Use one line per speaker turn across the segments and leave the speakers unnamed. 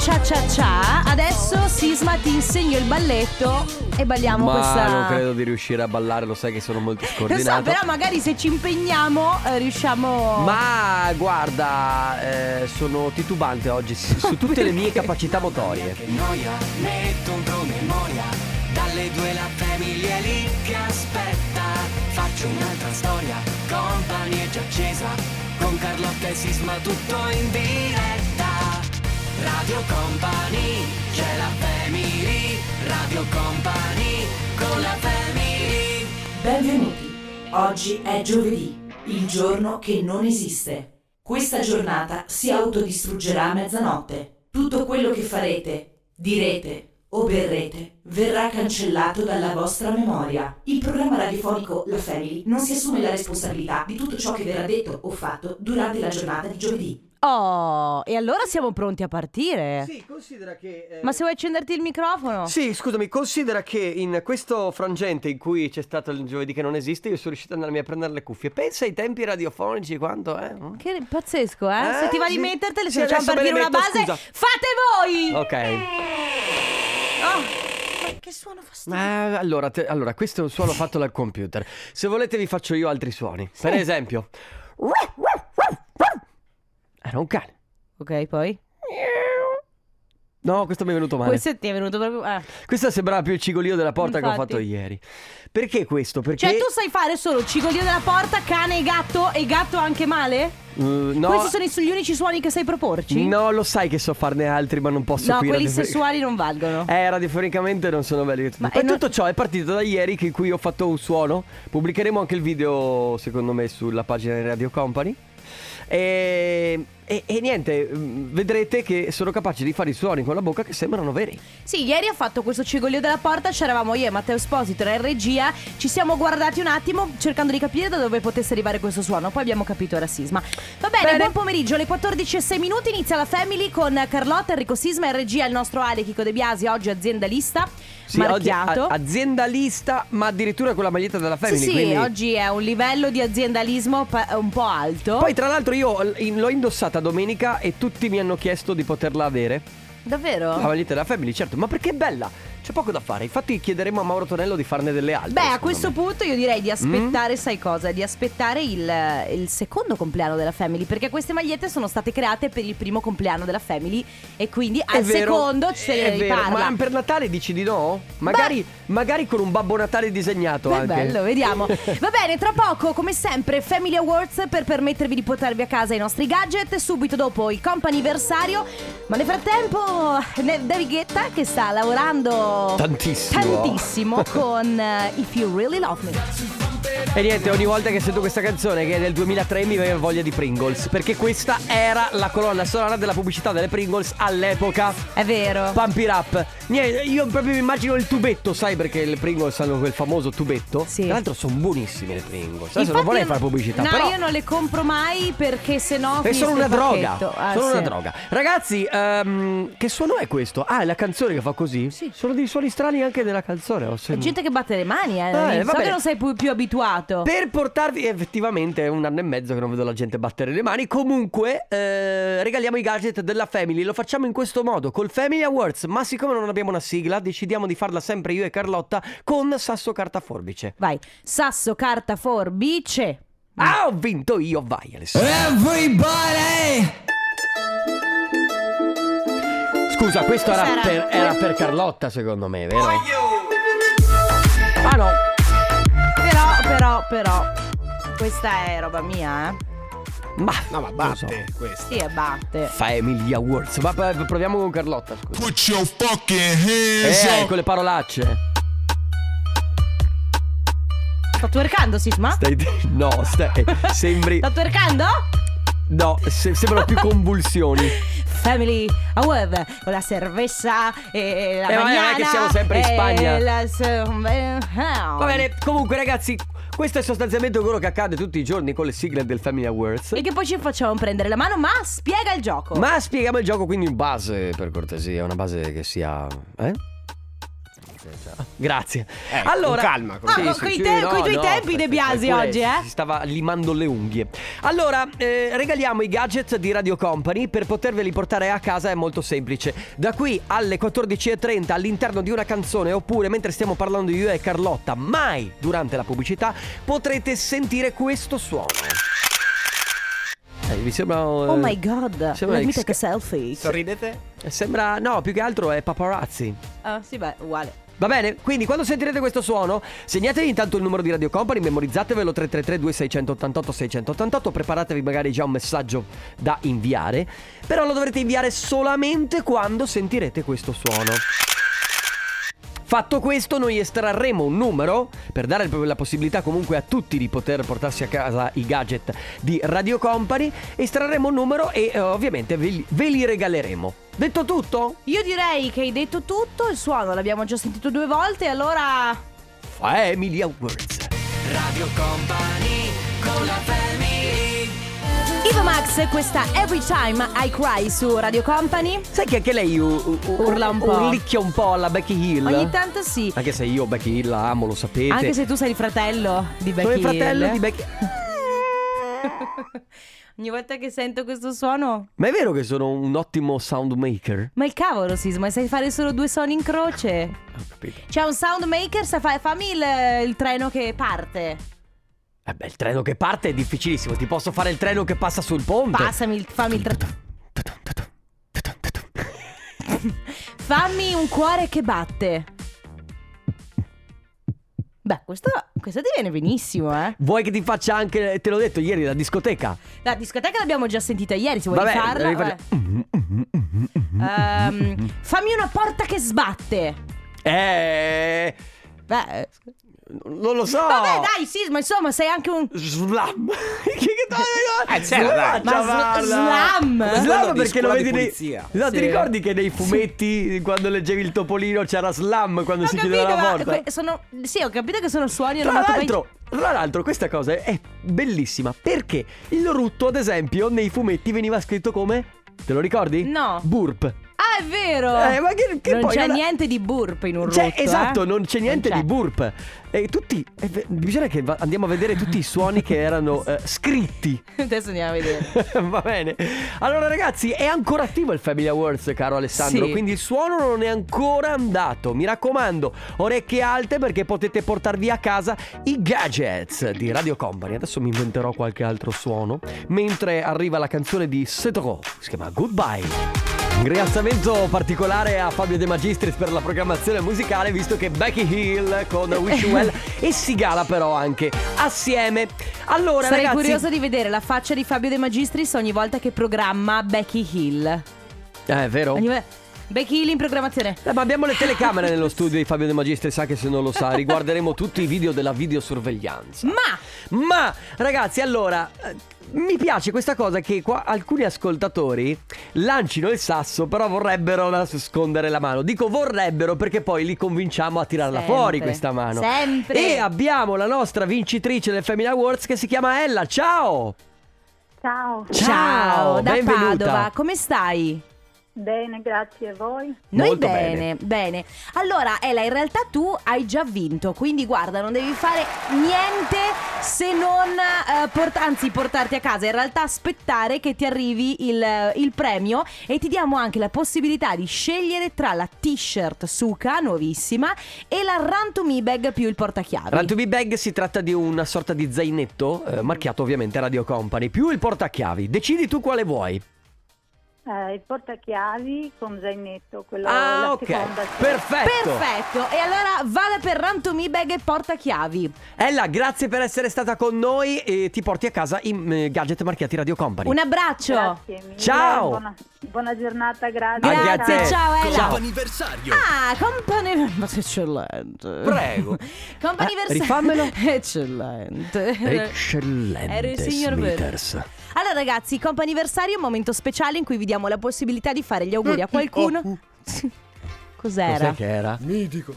Cia Cia Cia. Adesso Sisma ti insegno il balletto e balliamo
Ma
questa.
non credo di riuscire a ballare, lo sai che sono molto
Lo
scordinato.
so, però magari se ci impegniamo eh, riusciamo.
Ma guarda, eh, sono titubante oggi s- su tutte le mie capacità motorie.
Noia, metto un promemoria. Dalle due la famiglia è lì che aspetta. Faccio un'altra storia. Company è già accesa. Con Carlotta e Sisma tutto in diretta. Radio Company, c'è la family. Radio Company, con la family.
Benvenuti. Oggi è giovedì, il giorno che non esiste. Questa giornata si autodistruggerà a mezzanotte. Tutto quello che farete, direte o berrete verrà cancellato dalla vostra memoria. Il programma radiofonico La Family non si assume la responsabilità di tutto ciò che verrà detto o fatto durante la giornata di giovedì.
Oh, e allora siamo pronti a partire.
Sì, considera che. eh,
Ma se vuoi accenderti il microfono?
Sì, scusami, considera che in questo frangente in cui c'è stato il giovedì che non esiste, io sono riuscito ad andarmi a prendere le cuffie. Pensa ai tempi radiofonici, quanto eh? Mm? è?
Che pazzesco, eh? se
Eh,
ti va
sì.
di mettertele,
Sì,
se facciamo
adesso me
partire
le
una base,
metto, scusa.
fate voi! Eh.
Ok.
Oh, ma che suono fastidioso.
Ma allora, te- allora, questo è un suono fatto dal computer. Se volete vi faccio io altri suoni. Per esempio.
Eh,
Era un cane.
Oh. Ok, poi?
No, questo mi è venuto male.
Questo ti è venuto proprio... eh.
Questo sembrava più il cigolio della porta che ho
Infatti.
fatto ieri. Perché questo? Perché
Cioè, tu sai fare solo cigolio della porta, cane e gatto, e gatto anche male?
Mm, no,
Questi sono i- gli unici suoni che sai proporci?
no, lo sai che so farne altri, ma non posso
No,
qui
quelli
radiofoni-
sessuali non valgono.
Eh, radiofonicamente non sono belli.
Ma
Ma
è
Poi
no-
tutto ciò è partito da ieri che in cui ho fatto un suono. Pubblicheremo anche il video, secondo me, sulla pagina di Radio Company. E, e- e niente, mm, vedrete che sono capaci di fare i suoni con la bocca che sembrano veri.
Sì, ieri ho fatto questo cigolio della porta, c'eravamo io e Matteo Esposito, era in regia, ci siamo guardati un attimo cercando di capire da dove potesse arrivare questo suono, poi abbiamo capito era Sisma. Va bene, buon pomeriggio, alle 14.06 minuti inizia la Family con Carlotta, Enrico Sisma e regia il nostro Ale Chico De Biasi, oggi aziendalista,
oggi
marchiato.
a- aziendalista, ma addirittura con la maglietta della Family.
sì, sì,
quindi-
oggi è un livello di aziendalismo pa- un po' alto.
Poi, tra l'altro, io l- in- l'ho indossata domenica e tutti mi hanno chiesto di poterla avere.
Davvero?
La maglietta della Family, certo, ma perché è bella? C'è poco da fare. Infatti, chiederemo a Mauro Tonello di farne delle altre.
Beh, a
secondo
questo
me. Mm?
punto io direi di aspettare, sai cosa? Di aspettare il, il secondo compleanno della Family, perché queste magliette sono state create per il primo compleanno della Family e quindi
È
al
vero,
secondo se
è
ne
vero,
riparla.
Ma per Natale dici di no? Magari, magari con un Babbo Natale disegnato
Beh,
anche.
bello, vediamo. Va bene, tra poco, come sempre, Family Awards per permettervi di portarvi a casa i nostri gadget. Subito dopo il comp'anniversario. Ma nel frattempo, ne- David Guetta che sta lavorando
Tantissimo.
tantissimo con eh, If You Really Love Me.
E niente, ogni volta che sento questa canzone, che è del 2003, mi viene voglia di Pringles. Perché questa era la colonna sonora della pubblicità delle Pringles all'epoca.
È vero.
Pump it up. Niente, io proprio mi immagino il tubetto, sai perché le Pringles hanno quel famoso tubetto?
Sì.
Tra l'altro sono buonissime le Pringles. Adesso
Infatti
non vorrei
io
fare pubblicità,
No,
però
io non le compro mai perché sennò
è
finisce
solo una
il
droga.
pacchetto. Ah,
solo
sì.
una droga. Ragazzi, ehm, che suono è questo? Ah, è la canzone che fa così?
Sì.
Sono dei suoni strani anche nella canzone, ho
C'è
sentito.
gente che batte le mani, eh.
Ah, eh,
so
vabbè.
che non sei più, più abituato.
Per portarvi, effettivamente è un anno e mezzo che non vedo la gente battere le mani. Comunque, eh, regaliamo i gadget della Family. Lo facciamo in questo modo, col Family Awards. Ma siccome non abbiamo una sigla, decidiamo di farla sempre io e Carlotta con Sasso Carta Forbice.
Mm.
Vai, sasso, carta, forbice.
Ah, ho vinto io, vai Alessandro.
Everybody!
Scusa, questo era,
Sarà-
per, era per Carlotta, secondo me, vero? Ah no,
Però, però, però. Questa è roba mia, eh.
ma.
No, ma
non so.
batte questo.
Sì, e batte.
Family Awards. Ma eh, proviamo con Carlotta, scusa.
Put your fucking hands
Eh, con le parolacce.
Sto twerkando, Sisma?
Stai. No, stai. Sembri.
Sto twerkando?
No, se- sembrano più convulsioni.
Family Award con la cerveza e la
Eh, vabbè, non è che
mañana
siamo sempre in
e
Spagna.
la eh, se-
Va bene, comunque ragazzi, questo è sostanzialmente quello che accade tutti i giorni con le sigle del Family Awards.
E che poi ci facciamo prendere la mano, ma spiega il gioco.
Ma spieghiamo il gioco quindi in base, per cortesia, una base che sia... Eh?
cioè, cioè.
Grazie.
Eh, con
allora,
calma, con
Ah, con quei te- coi tuoi tempi, De Biasi,
qualcuno
oggi, eh?
Si stava limando le unghie. Allora, eh, regaliamo i gadget di Radio Company per poterveli portare a casa è molto semplice. Da qui alle 14.30 all'interno di una canzone oppure mentre stiamo parlando io e Carlotta, mai durante la pubblicità, potrete sentire questo suono. Eh, mi sembra...
Oh my god,
sembra
let me
ex-
take a selfie.
Sorridete?
Sembra... No, più che altro è paparazzi.
Ah, sì, beh, uguale.
Va bene, quindi quando sentirete questo suono, segnatevi intanto il numero di Radio Company, memorizzatevelo 333-2688-688, preparatevi magari già un messaggio da inviare, però lo dovrete inviare solamente quando sentirete questo suono. Fatto questo, noi estrarremo un numero per dare la possibilità comunque a tutti di poter portarsi a casa i gadget di Radio Company, estrarremo un numero e eh, ovviamente ve li- ve li regaleremo. Detto tutto,
Io direi che hai detto tutto, il suono l'abbiamo già sentito due volte, allora...
Family Awards.
Ivo Max, questa Every Time I Cry su Radio Company.
Sai che anche lei u- u-
Urla un po'.
Urlicchia un po' alla Becky Hill.
Ogni tanto sì.
Anche se io Becky Hill la amo, lo sapete.
Anche se tu sei il fratello di Becky
Sono il fratello
Hill.
di Becky
Ogni volta che sento questo suono...
Ma è vero che sono un ottimo soundmaker?
Ma il cavolo, Sisma, sai fare solo due suoni in croce?
Ah, Ho capito.
C'è un soundmaker, sa fa- fammi il, il treno che parte.
Eh beh, il treno che parte è difficilissimo. Ti posso fare il treno che passa sul ponte.
Passami il... Fammi il... tre- Fammi un cuore che batte. Beh, questo, questo ti viene benissimo, eh.
Vuoi che ti faccia anche, te l'ho detto ieri, la discoteca?
La discoteca l'abbiamo già sentita ieri, se vuoi
Vabbè,
farla.
devi farla.
vabbè. Ehm, fammi una porta che sbatte.
Eh.
Beh,
Non lo so.
vabbè, dai, Sisma, insomma, sei anche un.
Slam. che che
Eh, c'era, dai.
Ma sl- slam?
Come
Slam
quello di
perché lo
scuola
vedi
di
nei...
polizia.
No, ti
Sì.
ricordi che nei fumetti quando leggevi il topolino c'era slam quando si chiudeva la
ma
porta?
que- sono... Sì, ho capito che sono suoni
Tra
onomatopeici.
l'altro, tra l'altro questa cosa è bellissima perché il rutto, ad esempio, nei fumetti veniva scritto come? Te lo ricordi?
No.
Burp.
Ah, è vero!
Eh, ma che- che
non
poi
c'è
non è-
niente di burp in un
Cioè,
rotto, eh.
esatto, non c'è niente
Non
di burp. E tutti. e ve- bisogna che va- andiamo a vedere tutti i suoni che erano eh, scritti.
Adesso andiamo a vedere.
Va bene. Allora, ragazzi, è ancora attivo il Family Awards, caro Alessandro.
Sì.
Quindi il suono non è ancora andato. Mi raccomando, orecchie alte perché potete portarvi a casa i gadgets di Radio Company. Adesso mi inventerò qualche altro suono. Mentre arriva la canzone di Cedro, si chiama Goodbye. Un ringraziamento particolare a Fabio De Magistris per la programmazione musicale, visto che Becky Hill con Wish You Well e Sigala però anche assieme. Allora,
Sarei
ragazzi,
curiosa di vedere la faccia di Fabio De Magistris ogni volta che programma Becky Hill.
Eh, è vero?
Ogni vo- Becky Hill in programmazione.
Eh, ma abbiamo le telecamere nello studio di Fabio De Magistris, sa che se non lo sa, riguarderemo tutti i video della videosorveglianza.
Ma
Ma, ragazzi, allora, eh, mi piace questa cosa che qua alcuni ascoltatori lancino il sasso, però vorrebbero nascondere la mano. Dico vorrebbero perché poi li convinciamo a tirarla
Sempre.
fuori questa mano.
Sempre.
E abbiamo la nostra vincitrice del Family Awards che si chiama Ella. Ciao!
Ciao,
ciao, da
benvenuta.
Padova, come stai?
bene, grazie a voi.
Noi
Molto
bene, bene, Allora, Ela, in realtà tu hai già vinto, quindi guarda, non devi fare niente se non eh, port- anzi portarti a casa, in realtà aspettare che ti arrivi il, eh, il premio e ti diamo anche la possibilità di scegliere tra la t-shirt Suka nuovissima e la Run to Me bag più il portachiavi.
Run to be bag si tratta di una sorta di zainetto eh, marchiato ovviamente Radio Company, più il portachiavi. Decidi tu quale vuoi.
Eh, il portachiavi con zainetto, quello
ah,
la
ok.
seconda. sì.
Perfetto.
Perfetto, e allora vada per Run to Me bag e portachiavi.
Ella, grazie per essere stata con noi e ti porti a casa i mm, gadget marchiati Radio Company.
Un abbraccio.
Grazie mille,
Ciao.
Buona, buona giornata, grazie.
Anche a
Grazie,
te.
ciao Ela.
Comp'anniversario.
Ah, company... Ma sei eccellente.
Prego.
Companiversario.
Eh, rifammelo.
Eccellente.
Eccellente.
Ero il signor
Smithers.
Verde. Allora ragazzi, companiversario è un momento speciale in cui vi diamo la possibilità di fare gli auguri
Mm,
a qualcuno. Cos'era?
Cos'è che era? Mitico.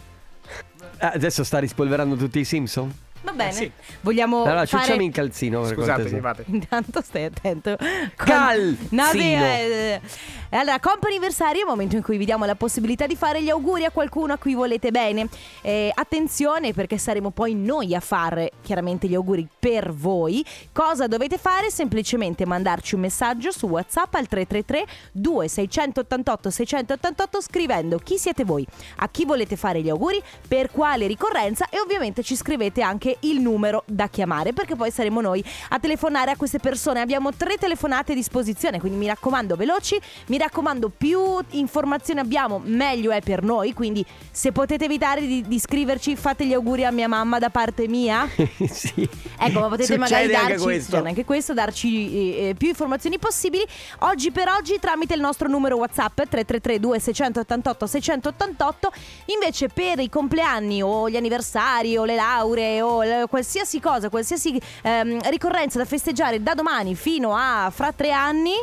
Adesso sta rispolverando tutti i Simpson?
Va bene.
sì.
Vogliamo
Eh, Allora, ciucciami
Oh, fare
il calzino per
Scusate,
cortesia.
mi fate.
Intanto stai attento.
Calzino.
No, sì, eh, E allora, comp anniversario è il momento in cui vi diamo la possibilità di fare gli auguri a qualcuno a cui volete bene. Eh, attenzione perché saremo poi noi a fare chiaramente gli auguri per voi. Cosa dovete fare? Semplicemente mandarci un messaggio su WhatsApp al 333 2688 688 scrivendo chi siete voi, a chi volete fare gli auguri, per quale ricorrenza e ovviamente ci scrivete anche il numero da chiamare perché poi saremo noi a telefonare a queste persone. Abbiamo tre telefonate a disposizione, quindi mi raccomando veloci, mi raccomando più informazioni abbiamo meglio è per noi, quindi se potete evitare di, di scriverci fate gli auguri a mia mamma da parte mia.
sì.
Ecco, ma potete
Succede
magari darci cioè,
anche questo.
succede anche questo, darci eh, eh, più informazioni possibili. Oggi per oggi tramite il nostro numero WhatsApp 333 2688 688. Invece per i compleanni o gli anniversari o le lauree o l- qualsiasi cosa, qualsiasi ehm, ricorrenza da festeggiare da domani fino a fra tre anni,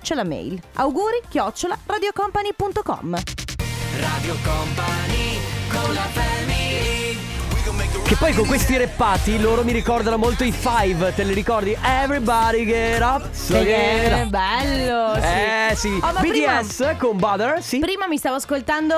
c'è la mail. Auguri chiocciola radiocompany.com.
Radio Company con la family
Che poi con questi reppati loro mi ricordano molto i five, te li ricordi? Everybody get up, so get
Che
up.
bello! sì.
Eh sì,
Oh, ma prima-
BDS con Butter, sì.
Prima mi stavo ascoltando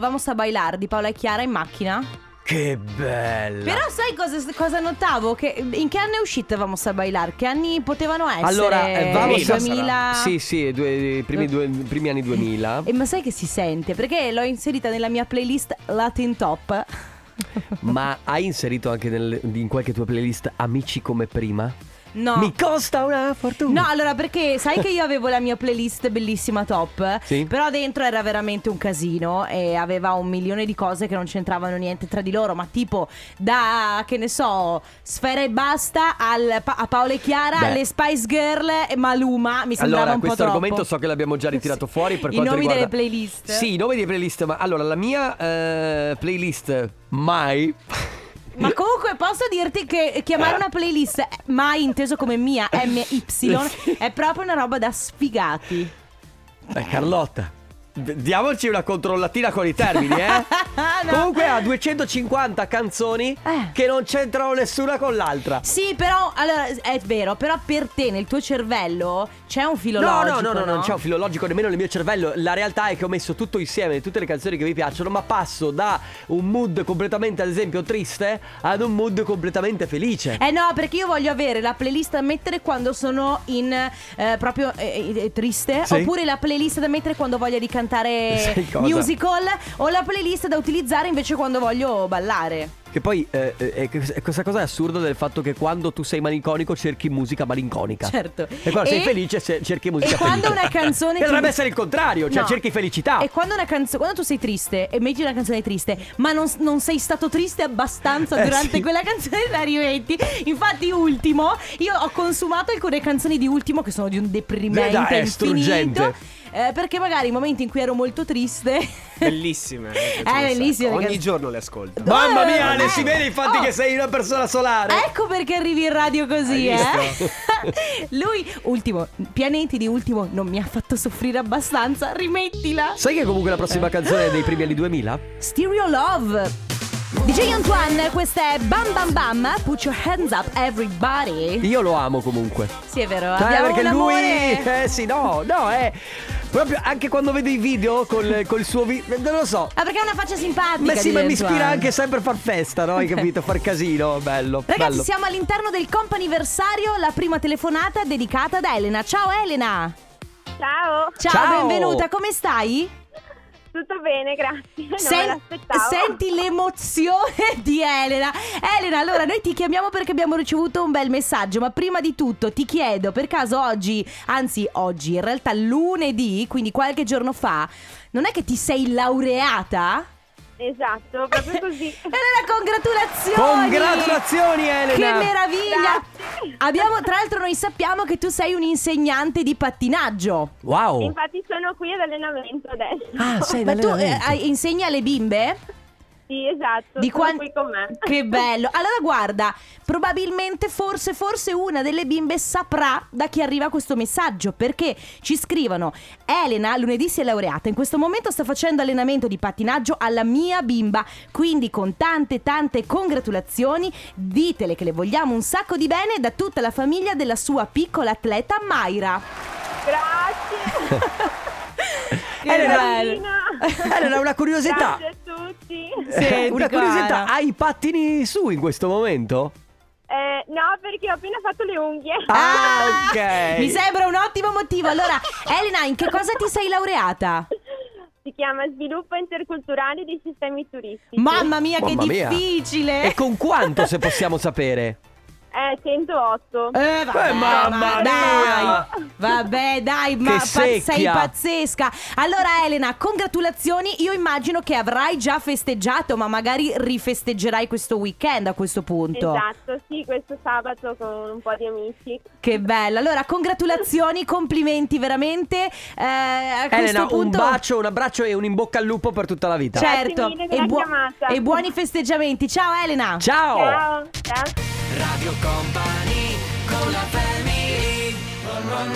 Vamos a bailar di Paola e Chiara in macchina.
Che bella.
Però sai cosa, cosa notavo? Che in che anno è uscita Vamos a bailar? Che anni potevano essere?
allora, eh, vamos a-
2000.
Sì, sì, due- i primi, due- i primi anni 2000.
E Eh, ma sai che si sente? Perché l'ho inserita nella mia playlist Latin Top.
ma hai inserito anche nel- in qualche tua playlist Amici come prima?
No.
Mi costa una fortuna.
No, allora perché sai che io avevo la mia playlist bellissima top,
Sì.
però dentro era veramente un casino e aveva un milione di cose che non c'entravano niente tra di loro, ma tipo da che ne so, Sfera e Basta al, pa- a Paola e Chiara,
Beh.
alle Spice Girl e Maluma, mi sembrava
Allora,
un po'
questo
troppo.
argomento so che l'abbiamo già ritirato
Sì.
fuori per
I
quanto
nomi
riguarda...
delle playlist.
Sì, i nomi delle playlist, ma allora la mia eh, playlist mai
Ma comunque posso dirti che chiamare una playlist eh, mai inteso come mia, MY, è proprio una roba da sfigati.
Eh, Carlotta, d- diamoci una controllatina con i termini, eh?
Ah, No.
Comunque ha 250 canzoni
Eh.
che non c'entrano nessuna con l'altra.
Sì, però allora è vero, però per te nel tuo cervello c'è un filo
No, no,
logico,
no, no, non c'è un filologico nemmeno nel mio cervello. La realtà è che ho messo tutto insieme, tutte le canzoni che mi piacciono, ma passo da un mood completamente, ad esempio, triste ad un mood completamente felice.
Eh no, perché io voglio avere la playlist da mettere quando sono in eh, proprio eh, eh, triste,
Sì.
oppure la playlist da mettere quando voglio di cantare
Sai cosa?
musical o la playlist da utilizzare invece quando voglio ballare.
Che poi eh, eh, eh, questa cosa è assurda del fatto che quando tu sei malinconico cerchi musica malinconica.
Certo.
E quando sei felice se- cerchi musica
E quando
felice.
una canzone
Che
ti-
dovrebbe essere il contrario, cioè
No.
cerchi felicità.
E quando una canzone quando tu sei triste e metti una canzone triste, ma non, non sei stato triste abbastanza
Eh,
durante
sì.
quella canzone la rimetti. Infatti ultimo, io ho consumato alcune canzoni di ultimo che sono di un deprimente
Beh, Eh, dai, è
infinito.
struggente.
eh, perché magari in momenti in cui ero molto triste
Bellissime.
Eh, bellissime,
Ogni
ragazzi.
giorno le ascolto.
Mamma
Eh,
mia, ne
eh.
si vede infatti
Oh.
che sei una persona solare.
Ecco perché arrivi in radio così,
Hai
eh. Lui, ultimo, pianeti di ultimo non mi ha fatto soffrire abbastanza, rimettila.
Sai che comunque la prossima
Eh.
canzone è dei primi anni 2000?
Stereo Love. DJ Antoine, questa è Bam Bam Bam, put your hands up everybody.
Io lo amo comunque.
Sì, è vero,
Eh,
abbiamo
perché
un
lui.
amore.
Eh sì, no, no, è. Proprio anche quando vedo i video col, col suo. Vi- non lo so.
Ah, perché ha una faccia simpatica.
Ma sì,
DJ
ma mi ispira
Antoine.
anche sempre a far festa, no? Hai capito? Far casino, bello.
Ragazzi,
bello.
siamo all'interno del comp'anniversario, la prima telefonata dedicata ad Elena. Ciao Elena.
Ciao,
Ciao,
Ciao.
benvenuta, come stai?
tutto bene, grazie. Cioè, Non
Sen-
me l'aspettavo.
senti l'emozione di Elena. Elena, allora noi ti chiamiamo perché abbiamo ricevuto un bel messaggio, ma prima di tutto ti chiedo, per caso oggi, anzi oggi, in realtà lunedì, quindi qualche giorno fa, non è che ti sei laureata?
Esatto, proprio così.
Eh,
Elena, congratulazioni!
Congratulazioni,
Che
Elena!
meraviglia!
Grazie.
Abbiamo, tra l'altro noi sappiamo che tu sei un'insegnante di pattinaggio.
Wow!
Infatti sono qui ad allenamento adesso.
oh. Ah, sei
Ma tu eh,
d'allenamento.
hai- insegni alle bimbe?
Sì, esatto,
Di
sono
quan-
qui con me.
Che bello. Allora guarda, probabilmente forse forse una delle bimbe saprà da chi arriva questo messaggio perché ci scrivono Elena lunedì si è laureata, in questo momento sta facendo allenamento di pattinaggio alla mia bimba, quindi con tante tante congratulazioni, ditele che le vogliamo un sacco di bene da tutta la famiglia della sua piccola atleta Mayra.
Grazie.
bello.
Elena, una curiosità.
Grazie a tutti.
Senti,
Eh, una curiosità,
cara.
hai i pattini su in questo momento?
Eh, no, perché ho appena fatto le unghie.
Ah, ok.
Mi sembra un ottimo motivo. Allora, Elena, in che cosa ti sei laureata?
Si chiama Sviluppo interculturale dei sistemi turistici.
Mamma mia, che
Mamma mia.
difficile.
E con quanto, se possiamo sapere?
Eh, 108.
Eh, vabbè,
Eh, mamma
ma
mia!
dai, vabbè, dai, ma
Che
pa-
secchia!
sei pazzesca. Allora, Elena, congratulazioni. Io immagino che avrai già festeggiato, ma magari rifesteggerai questo weekend a questo punto.
Esatto, sì, questo sabato con un po' di amici.
Che bello. Allora, congratulazioni, complimenti veramente. Eh, a
Elena,
questo punto
un bacio, un abbraccio e un in bocca al lupo per tutta la vita.
Certo,
Grazie mille
e,
della chiamata.
e buoni festeggiamenti. Ciao Elena.
Ciao!
Ciao, ciao.
Radio Company con la family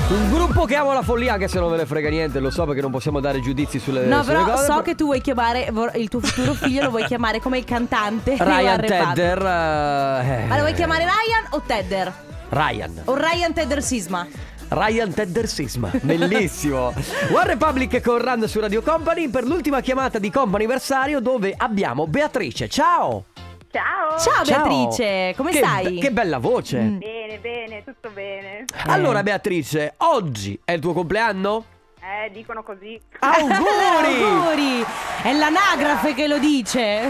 Un gruppo che amo la follia, anche se non ve ne frega niente, lo so perché non possiamo dare giudizi sulle,
No,
Eh, sulle
però
cose.
so che tu vuoi chiamare vor- il tuo futuro figlio, lo vuoi chiamare come il cantante.
Ryan
Di Warren
Tedder. eh,
Allora, vuoi chiamare Ryan o Tedder?
Ryan.
O Ryan Tedder Sisma?
Ryan Tedder Sisma. Bellissimo. One Republic con Run su Radio Company per l'ultima chiamata di Companiversario dove abbiamo Beatrice. Ciao!
Ciao.
Ciao
Ciao.
Beatrice, come
Che
stai?
be- che bella voce.
Mm. Eh.
Bene, bene, tutto bene.
Allora Beatrice, oggi è il tuo compleanno?
Eh, dicono così.
Ah, Auguri!
Auguri! È l'anagrafe che lo dice.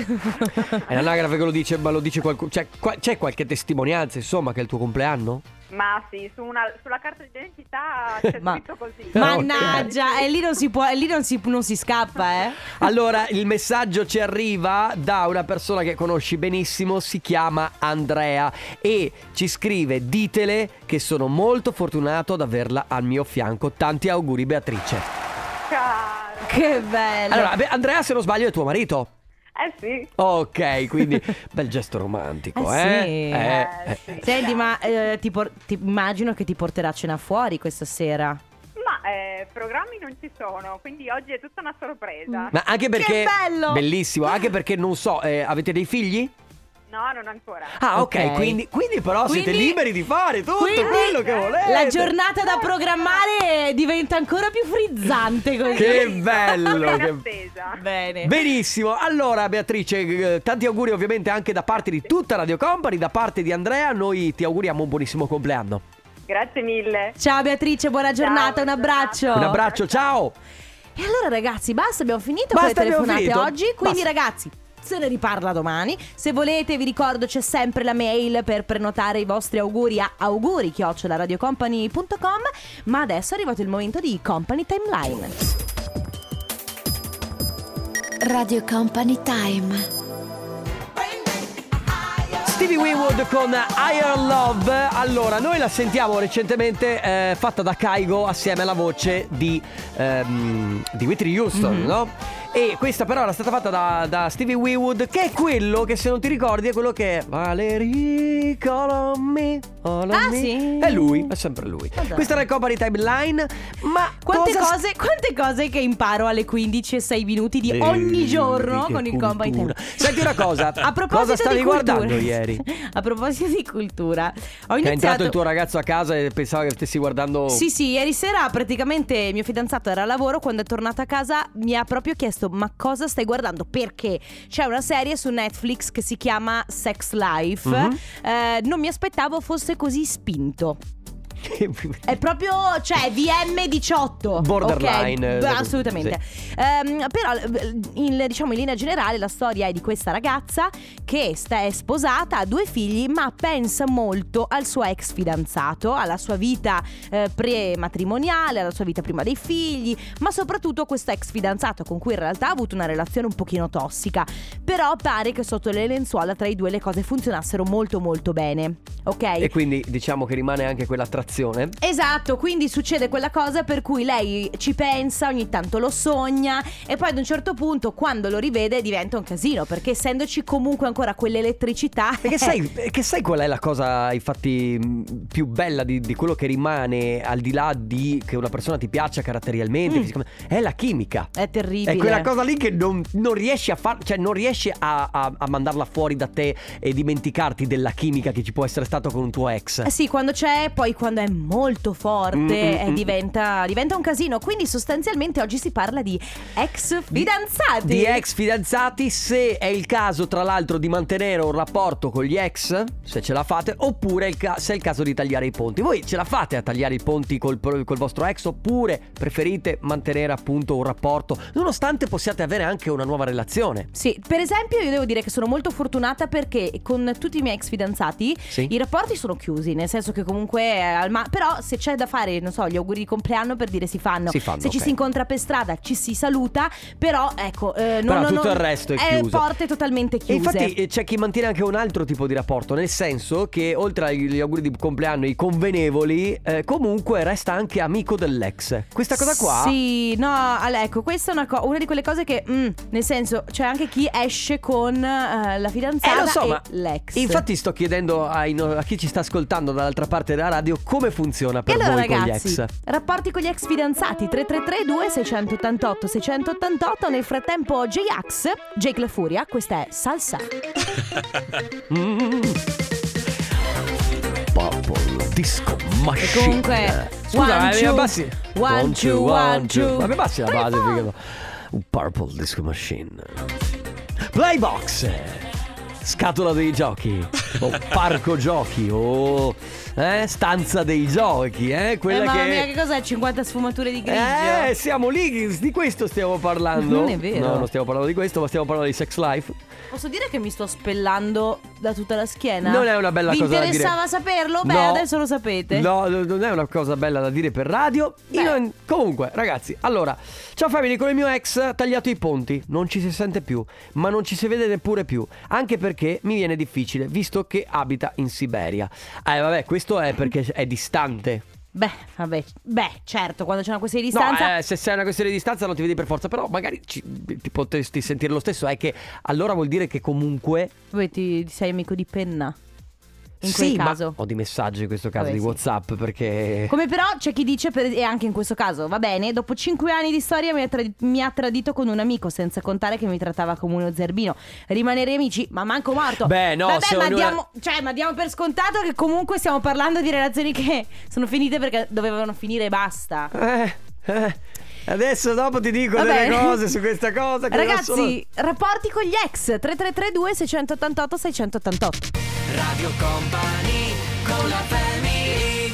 È l'anagrafe che lo dice, ma lo dice qualcuno. Cioè, qua- c'è qualche testimonianza, insomma, che è il tuo compleanno?
Ma sì, su una- sulla carta d'identità c'è
Ma-
scritto così.
Mannaggia, e lì non si può, e lì non si, non si scappa, eh.
Allora, il messaggio ci arriva da una persona che conosci benissimo, si chiama Andrea e ci scrive: Ditele che sono molto fortunato ad averla al mio fianco. Tanti auguri, Beatrice.
Caro.
Che bello.
Allora, beh, Andrea, se non sbaglio, è tuo marito.
Eh sì.
Ok, quindi bel gesto romantico,
Eh
eh?
sì.
Eh, eh.
sì.
Senti, ma eh, ti por- ti- immagino che ti porterà a cena fuori questa sera.
Ma eh, programmi non ci sono, quindi oggi è tutta una sorpresa.
Ma anche perché
Che bello!
bellissimo, anche perché non so, eh, avete dei figli?
No, non ancora.
Ah, ok,
Ok.
quindi, quindi però siete
Quindi-
liberi di fare tutto
Quindi
quello che volete.
La giornata da programmare diventa ancora più frizzante così.
Che Ah, bello!
Sono
che-
in attesa.
Bene.
Benissimo, allora Beatrice, eh, tanti auguri ovviamente anche da parte di tutta Radio Company, da parte di Andrea, noi ti auguriamo un buonissimo compleanno.
Grazie mille.
Ciao Beatrice, buona giornata, un
buona
abbraccio.
Un abbraccio, ciao!
E allora ragazzi, basta, abbiamo finito con
Basta,
le
abbiamo
telefonate
finito.
oggi, quindi
Basta.
ragazzi se ne riparla domani. Se volete, vi ricordo c'è sempre la mail per prenotare i vostri auguri a auguri@radiocompany.com, ma adesso è arrivato il momento di Company Timeline.
Radio Company Time.
Stevie Winwood con Higher Love. Allora, noi la sentiamo recentemente eh, fatta da Kaigo assieme alla voce di, ehm, di Whitney Houston,
Mm-hmm.
no? E questa però era stata fatta da, da Stevie Winwood, che è quello che se non ti ricordi è quello che è Valerie, call on me, call on
Ah,
me.
sì?
È lui, è sempre lui.
Ma dai.
Questa era il Company Timeline, ma
Quante,
cosa
cose, quante cose che imparo alle 15 e 6 minuti di ogni
Eh,
giorno
che
con il
cultura.
combo interno.
Senti una cosa,
a proposito
cosa stavi
di cultura,
guardando ieri?
A proposito di cultura, ho
Che è entrato
iniziato
il tuo ragazzo a casa e pensava che stessi guardando
Sì, sì, ieri sera praticamente mio fidanzato era a lavoro, quando è tornato a casa mi ha proprio chiesto "Ma cosa stai guardando? Perché c'è una serie su Netflix che si chiama Sex Life".
Mhm.
Eh, non mi aspettavo fosse così spinto. È proprio, cioè, VM18
Borderline,
ok?
eh,
Assolutamente Ehm, Però, eh, in, diciamo, in linea generale La storia è di questa ragazza Che sta, è sposata, ha due figli Ma pensa molto al suo ex fidanzato Alla sua vita eh, prematrimoniale Alla sua vita prima dei figli Ma soprattutto a questo ex fidanzato Con cui in realtà ha avuto una relazione un pochino tossica Però pare che sotto le lenzuola Tra i due le cose funzionassero molto molto bene Ok?
E quindi diciamo che rimane anche quell'attrazione.
Esatto, quindi succede quella cosa per cui lei ci pensa, ogni tanto lo sogna e poi ad un certo punto quando lo rivede diventa un casino perché essendoci comunque ancora quell'elettricità...
Perché sai, perché sai qual è la cosa, infatti, mh, più bella di, di quello che rimane al di là di che una persona ti piaccia caratterialmente?
Mm.
fisicamente? È la chimica.
È terribile.
È quella cosa lì che non, non riesci a far, cioè non riesci a, a- a mandarla fuori da te e dimenticarti della chimica che ci può essere stato con un tuo ex.
Eh Sì, Eh quando c'è, poi quando è è molto forte
Mm, mm,
e
mm.
diventa, diventa un casino. Quindi sostanzialmente oggi si parla di ex fidanzati.
Di ex fidanzati, se è il caso tra l'altro di mantenere un rapporto con gli ex, se ce la fate, oppure il ca- se è il caso di tagliare i ponti. Voi ce la fate a tagliare i ponti col, pro- col vostro ex oppure preferite mantenere appunto un rapporto, nonostante possiate avere anche una nuova relazione?
Sì, per esempio io devo dire che sono molto fortunata perché con tutti i miei ex fidanzati
Sì.
i rapporti sono chiusi, nel senso che comunque eh, al ma- però se c'è da fare, non so, gli auguri di compleanno per dire si fanno.
Si fanno,
se ci
ok.
si incontra per strada ci si saluta, però ecco, eh, non,
Però
non-
tutto
non-
il resto è
eh,
chiuso.
porte totalmente chiuse.
E infatti eh, c'è chi mantiene anche un altro tipo di rapporto, nel senso che oltre agli auguri di compleanno, i convenevoli, eh, comunque resta anche amico dell'ex. Questa cosa qua...
Sì, no, allora, ecco, questa è una, co- una di quelle cose che, mm, nel senso, c'è anche chi esce con eh, la fidanzata
Eh, lo so,
e
ma
l'ex.
Infatti sto chiedendo ai no- a chi ci sta ascoltando dall'altra parte della radio come funziona
E
per
allora
voi
ragazzi,
con gli ex.
rapporti con gli ex fidanzati 3332 688 688 nel frattempo J-Ax, Jake La Furia, questa è Salsa.
Mm. Purple Disco Machine. Eh,
comunque,
Scusa,
one,
ma
two,
abbassi.
one, two, one, two.
Ma mi abbassi la
Three,
base
four.
figa. Un Purple Disco Machine. Playbox. Scatola dei giochi. O parco giochi. O eh, stanza dei giochi, eh, quella
eh, mamma
che
mia, che cos'è 50 sfumature di grigio?
Eh, siamo lì, di questo stiamo parlando.
Non è vero.
No, non stiamo parlando di questo, ma stiamo parlando di sex life.
Posso dire che mi sto spellando da tutta la schiena?
Non è una bella
Eh, Vi
cosa da dire.
interessava saperlo? Beh,
No.
adesso lo sapete.
No, no, non è una cosa bella da dire per radio.
Beh.
Io- comunque, ragazzi, allora, ciao Family, con il mio ex ha tagliato i ponti. Non ci si sente più, ma non ci si vede neppure più. Anche perché mi viene difficile, visto che abita in Siberia. Eh, vabbè, questo è perché è distante.
Beh, vabbè, beh, certo, quando c'è una questione di
No,
distanza
eh, se sei una questione di distanza non ti vedi per forza, però magari ci- ti potresti sentire lo stesso. È che allora vuol dire che comunque
poi ti, ti sei amico di penna. In quel
ma-
caso.
o di messaggio in questo caso
Vabbè,
di
sì.
WhatsApp perché
Come però c'è chi dice, per- e anche in questo caso, va bene, dopo 5 anni di storia mi ha, tra- mi ha tradito con un amico, senza contare che mi trattava come uno zerbino. Rimanere amici, ma manco morto.
Beh, no,
Vabbè,
se
ma,
ognuno-
diamo, cioè, ma diamo per scontato che comunque stiamo parlando di relazioni che sono finite perché dovevano finire e basta.
Eh, eh, adesso dopo ti dico
Va
delle
bene.
cose su questa cosa che
Ragazzi,
non sono-
rapporti con gli ex 3332 688 688.
Radio Company con la family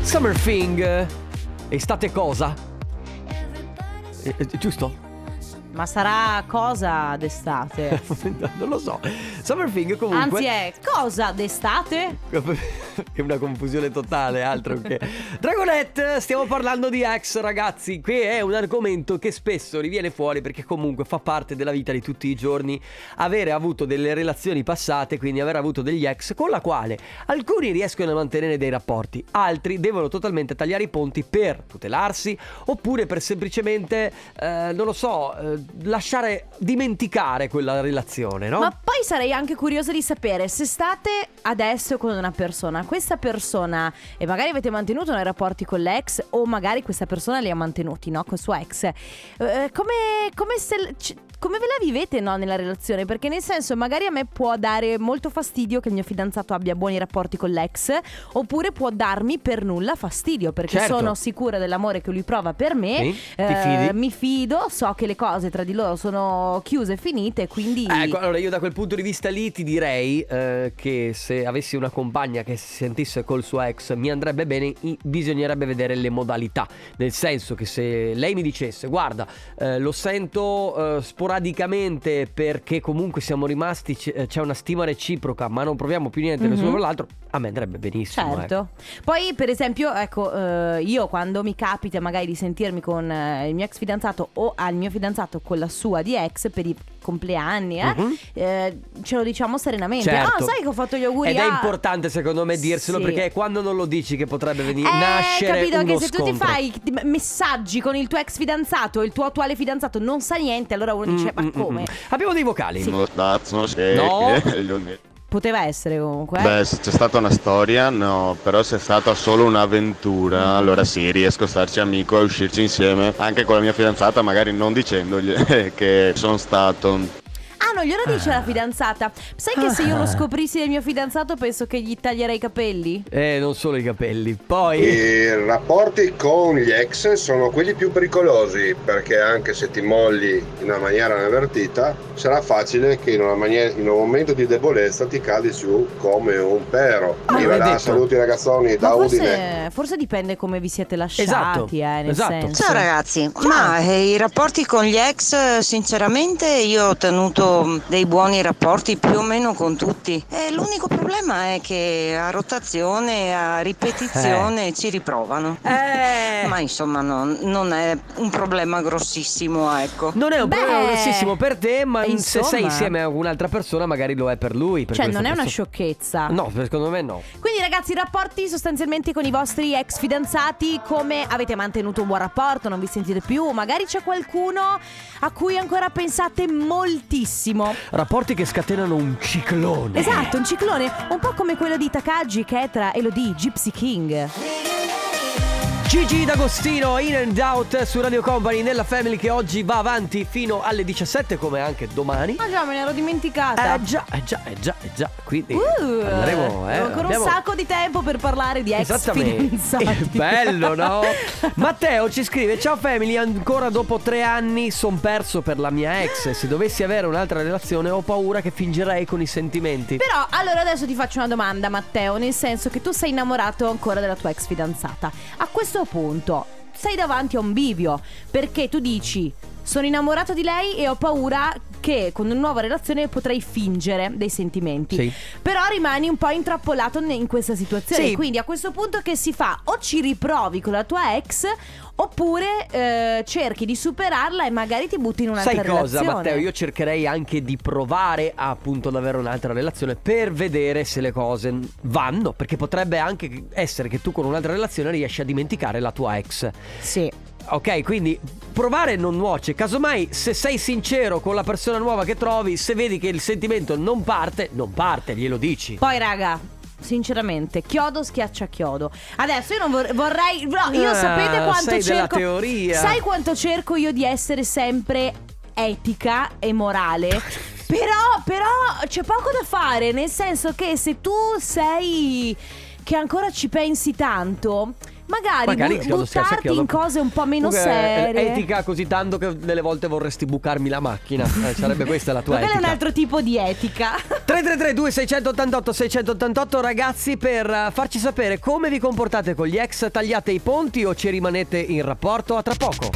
Summer Thing eh, estate cosa Eh, eh, giusto?
Ma sarà cosa d'estate?
non lo so Summer Thing
Anzi
comunque
è cosa d'estate?
È una confusione totale, altro che. Dragonette, stiamo parlando di ex, ragazzi. Qui è un argomento che spesso riviene fuori perché comunque fa parte della vita di tutti i giorni. Avere avuto delle relazioni passate, quindi aver avuto degli ex, con la quale alcuni riescono a mantenere dei rapporti, altri devono totalmente tagliare i ponti per tutelarsi oppure per semplicemente, eh, non lo so, eh, lasciare dimenticare quella relazione, no?
Ma poi sarei anche curiosa di sapere se state adesso con una persona, questa persona e magari avete mantenuto nei rapporti con l'ex o magari questa persona li ha mantenuti, no, col suo ex. Eh, come, come se- c- come ve la vivete no, nella relazione? Perché nel senso magari a me può dare molto fastidio che il mio fidanzato abbia buoni rapporti con l'ex oppure può darmi per nulla fastidio perché
Certo.
sono sicura dell'amore che lui prova per me.
Sì, ti
eh,
fidi?
mi fido, so che le cose tra di loro sono chiuse, finite, quindi...
Ecco, allora io da quel punto di vista lì ti direi eh, che se avessi una compagna che si sentisse col suo ex mi andrebbe bene, i- bisognerebbe vedere le modalità. Nel senso che se lei mi dicesse guarda eh, lo sento eh, sporadicamente perché comunque siamo rimasti, c- eh, c'è una stima reciproca ma non proviamo più niente
Mhm.
nessuno per l'altro, a me andrebbe benissimo. ecco.
Certo. Poi, per esempio, ecco, eh, io quando mi capita magari di sentirmi con eh, il mio ex fidanzato o al mio fidanzato con la sua di ex per i compleanni, eh,
Mhm.
eh, ce lo diciamo serenamente.
Certo.
Ah, sai che ho fatto gli auguri
Ed è
a-
importante secondo me dirselo
Sì.
perché è quando non lo dici che potrebbe venire
Eh,
nascere
capito
uno
che se tu ti
scontro.
fai t- messaggi con il tuo ex fidanzato e il tuo attuale fidanzato non sa niente, allora uno dice: Ma
Mm, mm, mm,
come?
mm. Abbiamo dei vocali.
Sì.
No, no, se-
No.
che- gli-
Poteva essere comunque. eh.
Beh, se c'è stata una storia, no, però se è stata solo un'avventura, allora sì, riesco a starci amico e a uscirci insieme, anche con la mia fidanzata, magari non dicendogli che sono stato.
Ah, non glielo dice
Eh.
la fidanzata. Sai che se io
Ah.
lo scoprissi del mio fidanzato penso che gli taglierei i capelli?
Eh, non solo i capelli. Poi...
I rapporti con gli ex sono quelli più pericolosi perché anche se ti molli in una maniera inavvertita sarà facile che in, una manie- in un momento di debolezza ti cadi su come un pero.
Ah,
Mi
l'hai
verrà,
detto.
saluti ragazzoni
Ma
da Udine.
forse, forse dipende come vi siete lasciati,
Esatto,
eh, nel
esatto.
senso.
Ciao ragazzi, ma eh, i rapporti con gli ex, eh, sinceramente io ho tenuto mh, dei buoni rapporti più o meno con tutti. E l'unico problema è che a rotazione, a ripetizione ci riprovano.
Eh,
Ma insomma no, non è un problema grossissimo, ecco.
Non è un
Beh,
problema grossissimo per te, ma
eh,
in- se
insomma.
sei insieme a un'altra persona magari lo è per lui. per
Cioè,
questa
non è una
persona.
sciocchezza.
No, secondo me no.
Quindi ragazzi, i rapporti sostanzialmente con i vostri ex fidanzati, come avete mantenuto un buon rapporto, non vi sentite più, magari c'è qualcuno a cui ancora pensate moltissimo.
Rapporti che scatenano un ciclone.
Esatto, un ciclone, un po' come quello di Takagi, Ketra, Elodie, Gypsy King.
Gigi D'Agostino, in and out su Radio Company nella Family che oggi va avanti fino alle 17 come anche domani.
Ma già, me ne ero dimenticata.
Eh già, eh già, eh già, eh già. Quindi
Uh,
parleremo, eh.
ho ancora
abbiamo-
un sacco di tempo per parlare di ex
Esattamente.
fidanzati.
Bello, no? Matteo ci scrive: Ciao family, ancora dopo tre anni son perso per la mia ex. Se dovessi avere un'altra relazione, ho paura che fingerei con i sentimenti.
Però allora adesso ti faccio una domanda, Matteo, nel senso che tu sei innamorato ancora della tua ex fidanzata. A questo punto sei davanti a un bivio, perché tu dici sono innamorato di lei e ho paura che con una nuova relazione potrei fingere dei sentimenti.
Sì.
Però rimani un po' intrappolato ne- in questa situazione.
Sì.
Quindi a questo punto che si fa? O ci riprovi con la tua ex oppure eh, cerchi di superarla e magari ti butti in un'altra
Sai cosa,
relazione.
Matteo? Io cercherei anche di provare appunto ad avere un'altra relazione per vedere se le cose vanno. Perché potrebbe anche essere che tu con un'altra relazione riesci a dimenticare la tua ex.
Sì.
Ok, quindi provare non nuoce. Casomai, se sei sincero con la persona nuova che trovi, se vedi che il sentimento non parte, non parte, glielo dici.
Poi raga Sinceramente, chiodo schiaccia chiodo. Adesso io non vor- vorrei. No, io
Ah,
sapete quanto
sei della
cerco.
teoria.
Sai quanto cerco io di essere sempre etica e morale? però, però c'è poco da fare, nel senso che se tu sei. che ancora ci pensi tanto, magari, bu-
chiodo scherzo,
buttarti
chiodo-
in cose un po' meno
Comunque, è- è
serie.
Etica così tanto che delle volte vorresti bucarmi la macchina. Eh, sarebbe questa la tua
Ma quello è
etica.
un altro tipo di etica.
333 2688 688 ragazzi per eh, farci sapere come vi comportate con gli ex, tagliate i ponti o ci rimanete in rapporto a tra poco.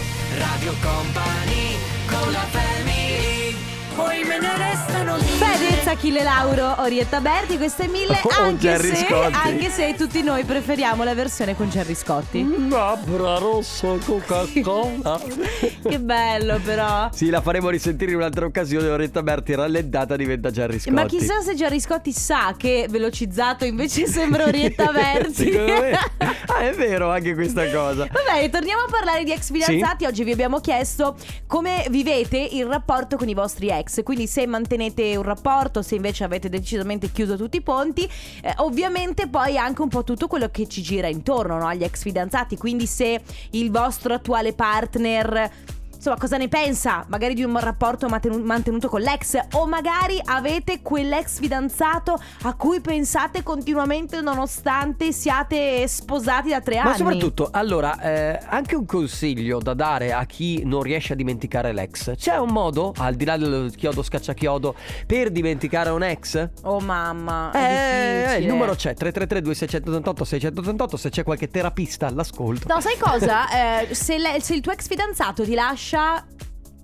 Fedez, Achille Lauro, Orietta Berti, queste mille
Oh,
anche,
Gerry
se,
Scotti.
anche se tutti noi preferiamo la versione con Gerry Scotti.
Mm. Labbra rosso Coca-Cola.
che bello però.
sì, la faremo risentire in un'altra occasione, Oretta Berti rallentata diventa Gerry Scotti.
Ma chissà se Gerry Scotti sa che velocizzato invece sembra Orietta Berti.
Secondo me. Ah, è vero anche questa cosa.
Vabbè, torniamo a parlare di ex fidanzati. Oggi vi abbiamo chiesto come vivete il rapporto con i vostri ex. Quindi, se mantenete un rapporto, se invece avete decisamente chiuso tutti i ponti, eh, ovviamente poi anche un po' tutto quello che ci gira intorno no? agli ex fidanzati. Quindi, se il vostro attuale partner. Insomma, cosa ne pensa? Magari di un rapporto matenu- mantenuto con l'ex o magari avete quell'ex fidanzato a cui pensate continuamente nonostante siate sposati da tre anni.
Ma soprattutto, allora, eh, anche un consiglio da dare a chi non riesce a dimenticare l'ex. C'è un modo, al di là del chiodo scacciachiodo, per dimenticare un ex?
Oh mamma, è
Eh,
difficile.
il numero c'è 333 2688 688 se c'è qualche terapista all'ascolto.
No, sai cosa? Eh, se, le- se il tuo ex fidanzato ti lascia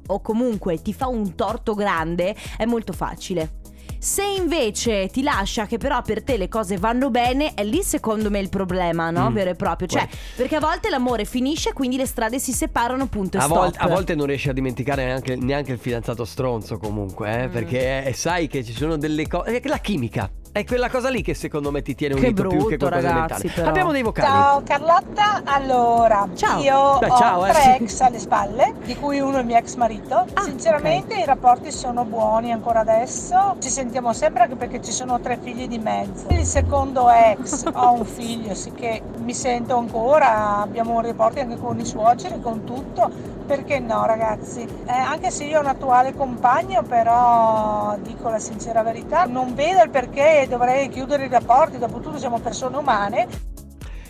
o comunque ti fa un torto grande, è molto facile. Se invece ti lascia che però per te le cose vanno bene, è lì secondo me il problema, no?
Mm.
Vero e proprio. Cioè, perché a volte l'amore finisce, quindi le strade si separano, punto e
A,
stop.
vol- a volte non riesci a dimenticare neanche, neanche il fidanzato stronzo comunque,
Mm.
eh, perché eh, sai che ci sono delle cose... La chimica è quella cosa lì che secondo me ti tiene
Che
unito più che
brutto,
qualcosa di
ragazzi,
mentale.
però.
Abbiamo dei vocali.
Ciao Carlotta, allora
Ciao.
io
Beh,
ho
ciao, eh.
tre ex alle spalle, di cui uno è mio ex marito. Sinceramente i rapporti sono buoni ancora adesso, ci sentiamo sempre anche perché ci sono tre figli di mezzo. Il secondo ex ho un figlio, sì che mi sento ancora, abbiamo rapporti anche con i suoceri, con tutto, perché no ragazzi? Eh, anche se io ho un attuale compagno, però dico la sincera verità, non vedo il perché dovrei chiudere i rapporti, dopo tutto siamo persone umane.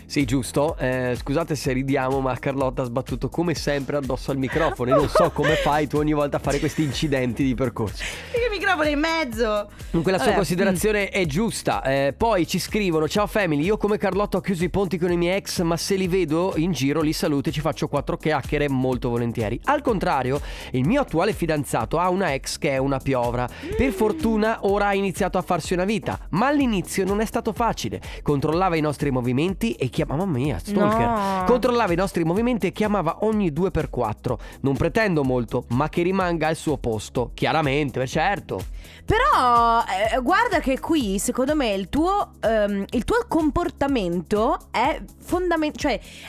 Sì, giusto. Eh, scusate se ridiamo, ma Carlotta ha sbattuto come sempre addosso al microfono. E non so come fai tu ogni volta a fare questi incidenti di percorso.
Perché il microfono è in mezzo.
Dunque, la sua
Vabbè.
considerazione è giusta. Eh, poi ci scrivono: Ciao family, io come Carlotta ho chiuso i ponti con i miei ex, ma se li vedo in giro li saluto e ci faccio quattro chiacchiere molto volentieri. Al contrario, il mio attuale fidanzato ha una ex che è una piovra. Per fortuna ora ha iniziato a farsi una vita, ma all'inizio non è stato facile. Controllava i nostri movimenti e chiamava mamma mia, stalker.
No.
Controllava i nostri movimenti e chiamava ogni 2x4. Non pretendo molto, ma che rimanga al suo posto. Chiaramente, beh, certo.
Però eh, guarda che qui, secondo me, il tuo, ehm, il tuo comportamento è fondamentale,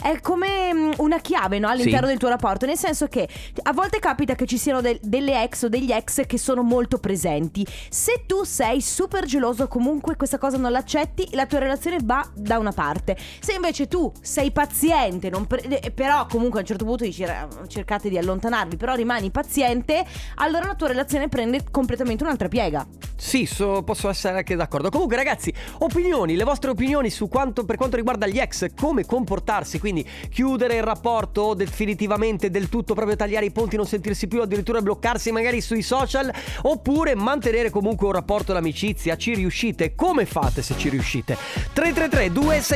cioè è come mm, una chiave no, all'interno
Sì.
del tuo rapporto, nel senso che a volte capita che ci siano del- delle ex o degli ex che sono molto presenti. Se tu sei super geloso comunque questa cosa non l'accetti, la tua relazione va da una parte. Se invece tu sei paziente, non pre- eh, però comunque a un certo punto dici "Ra- cercate di allontanarvi, però rimani paziente, allora la tua relazione prende completamente un'altra piega.
Sì, so- posso essere anche d'accordo. Comunque, ragazzi, opinioni, le vostre opinioni su quanto, per quanto riguarda gli ex, come comportarsi, quindi chiudere il rapporto definitivamente, del tutto, proprio tagliare i ponti, non sentirsi più, addirittura bloccarsi magari sui social, oppure mantenere comunque un rapporto d'amicizia. Ci riuscite? Come fate se ci riuscite? 333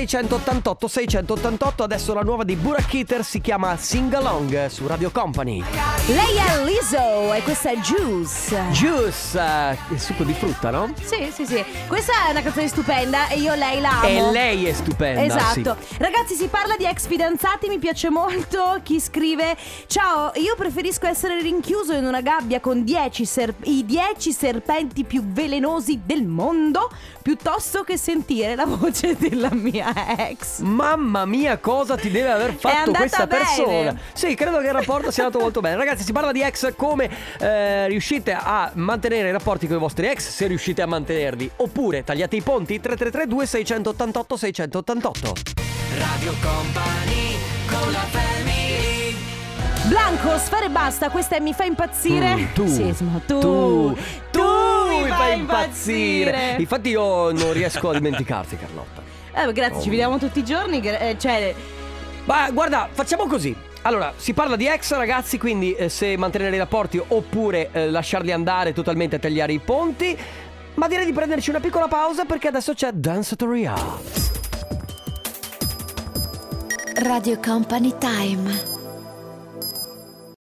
2688 688 adesso la nuova di Burak Hitter si chiama Sing Along su Radio Company.
Lei è Lizzo e questa è Juice.
Juice, eh, il succo di frutta, no?
Sì, sì, sì. Questa è una canzone stupenda e io lei la amo.
E lei è stupenda. sì.
Esatto. Ragazzi, si parla di ex fidanzati, mi piace molto chi scrive "Ciao, io preferisco essere rinchiuso in una gabbia con 10 ser- i 10 serpenti più velenosi del mondo piuttosto che sentire la voce della mia ex".
Mamma mia, cosa ti deve aver fatto
andata
questa
bene.
persona? Sì, credo che il rapporto sia andato molto bene. Ragazzi, si parla di ex, come eh, riuscite a mantenere i rapporti con i vostri ex, se riuscite a mantenerli. Oppure tagliate i ponti 3332 688 688.
Radio Company con la family
Blanco, sfere e basta, questa è mi fa impazzire.
Mm, tu,
Sisma, tu.
tu,
tu
Mi fai impazzire. Infatti io non riesco a dimenticarti, Carlotta.
Eh, beh, grazie, ci vediamo tutti i giorni. gra- eh, cioè,
Ma guarda, facciamo così. Allora, si parla di ex ragazzi, quindi eh, se mantenere i rapporti oppure eh, lasciarli andare totalmente a tagliare i ponti. Ma direi di prenderci una piccola pausa perché adesso c'è Dance Tutorial.
Radio Company Time.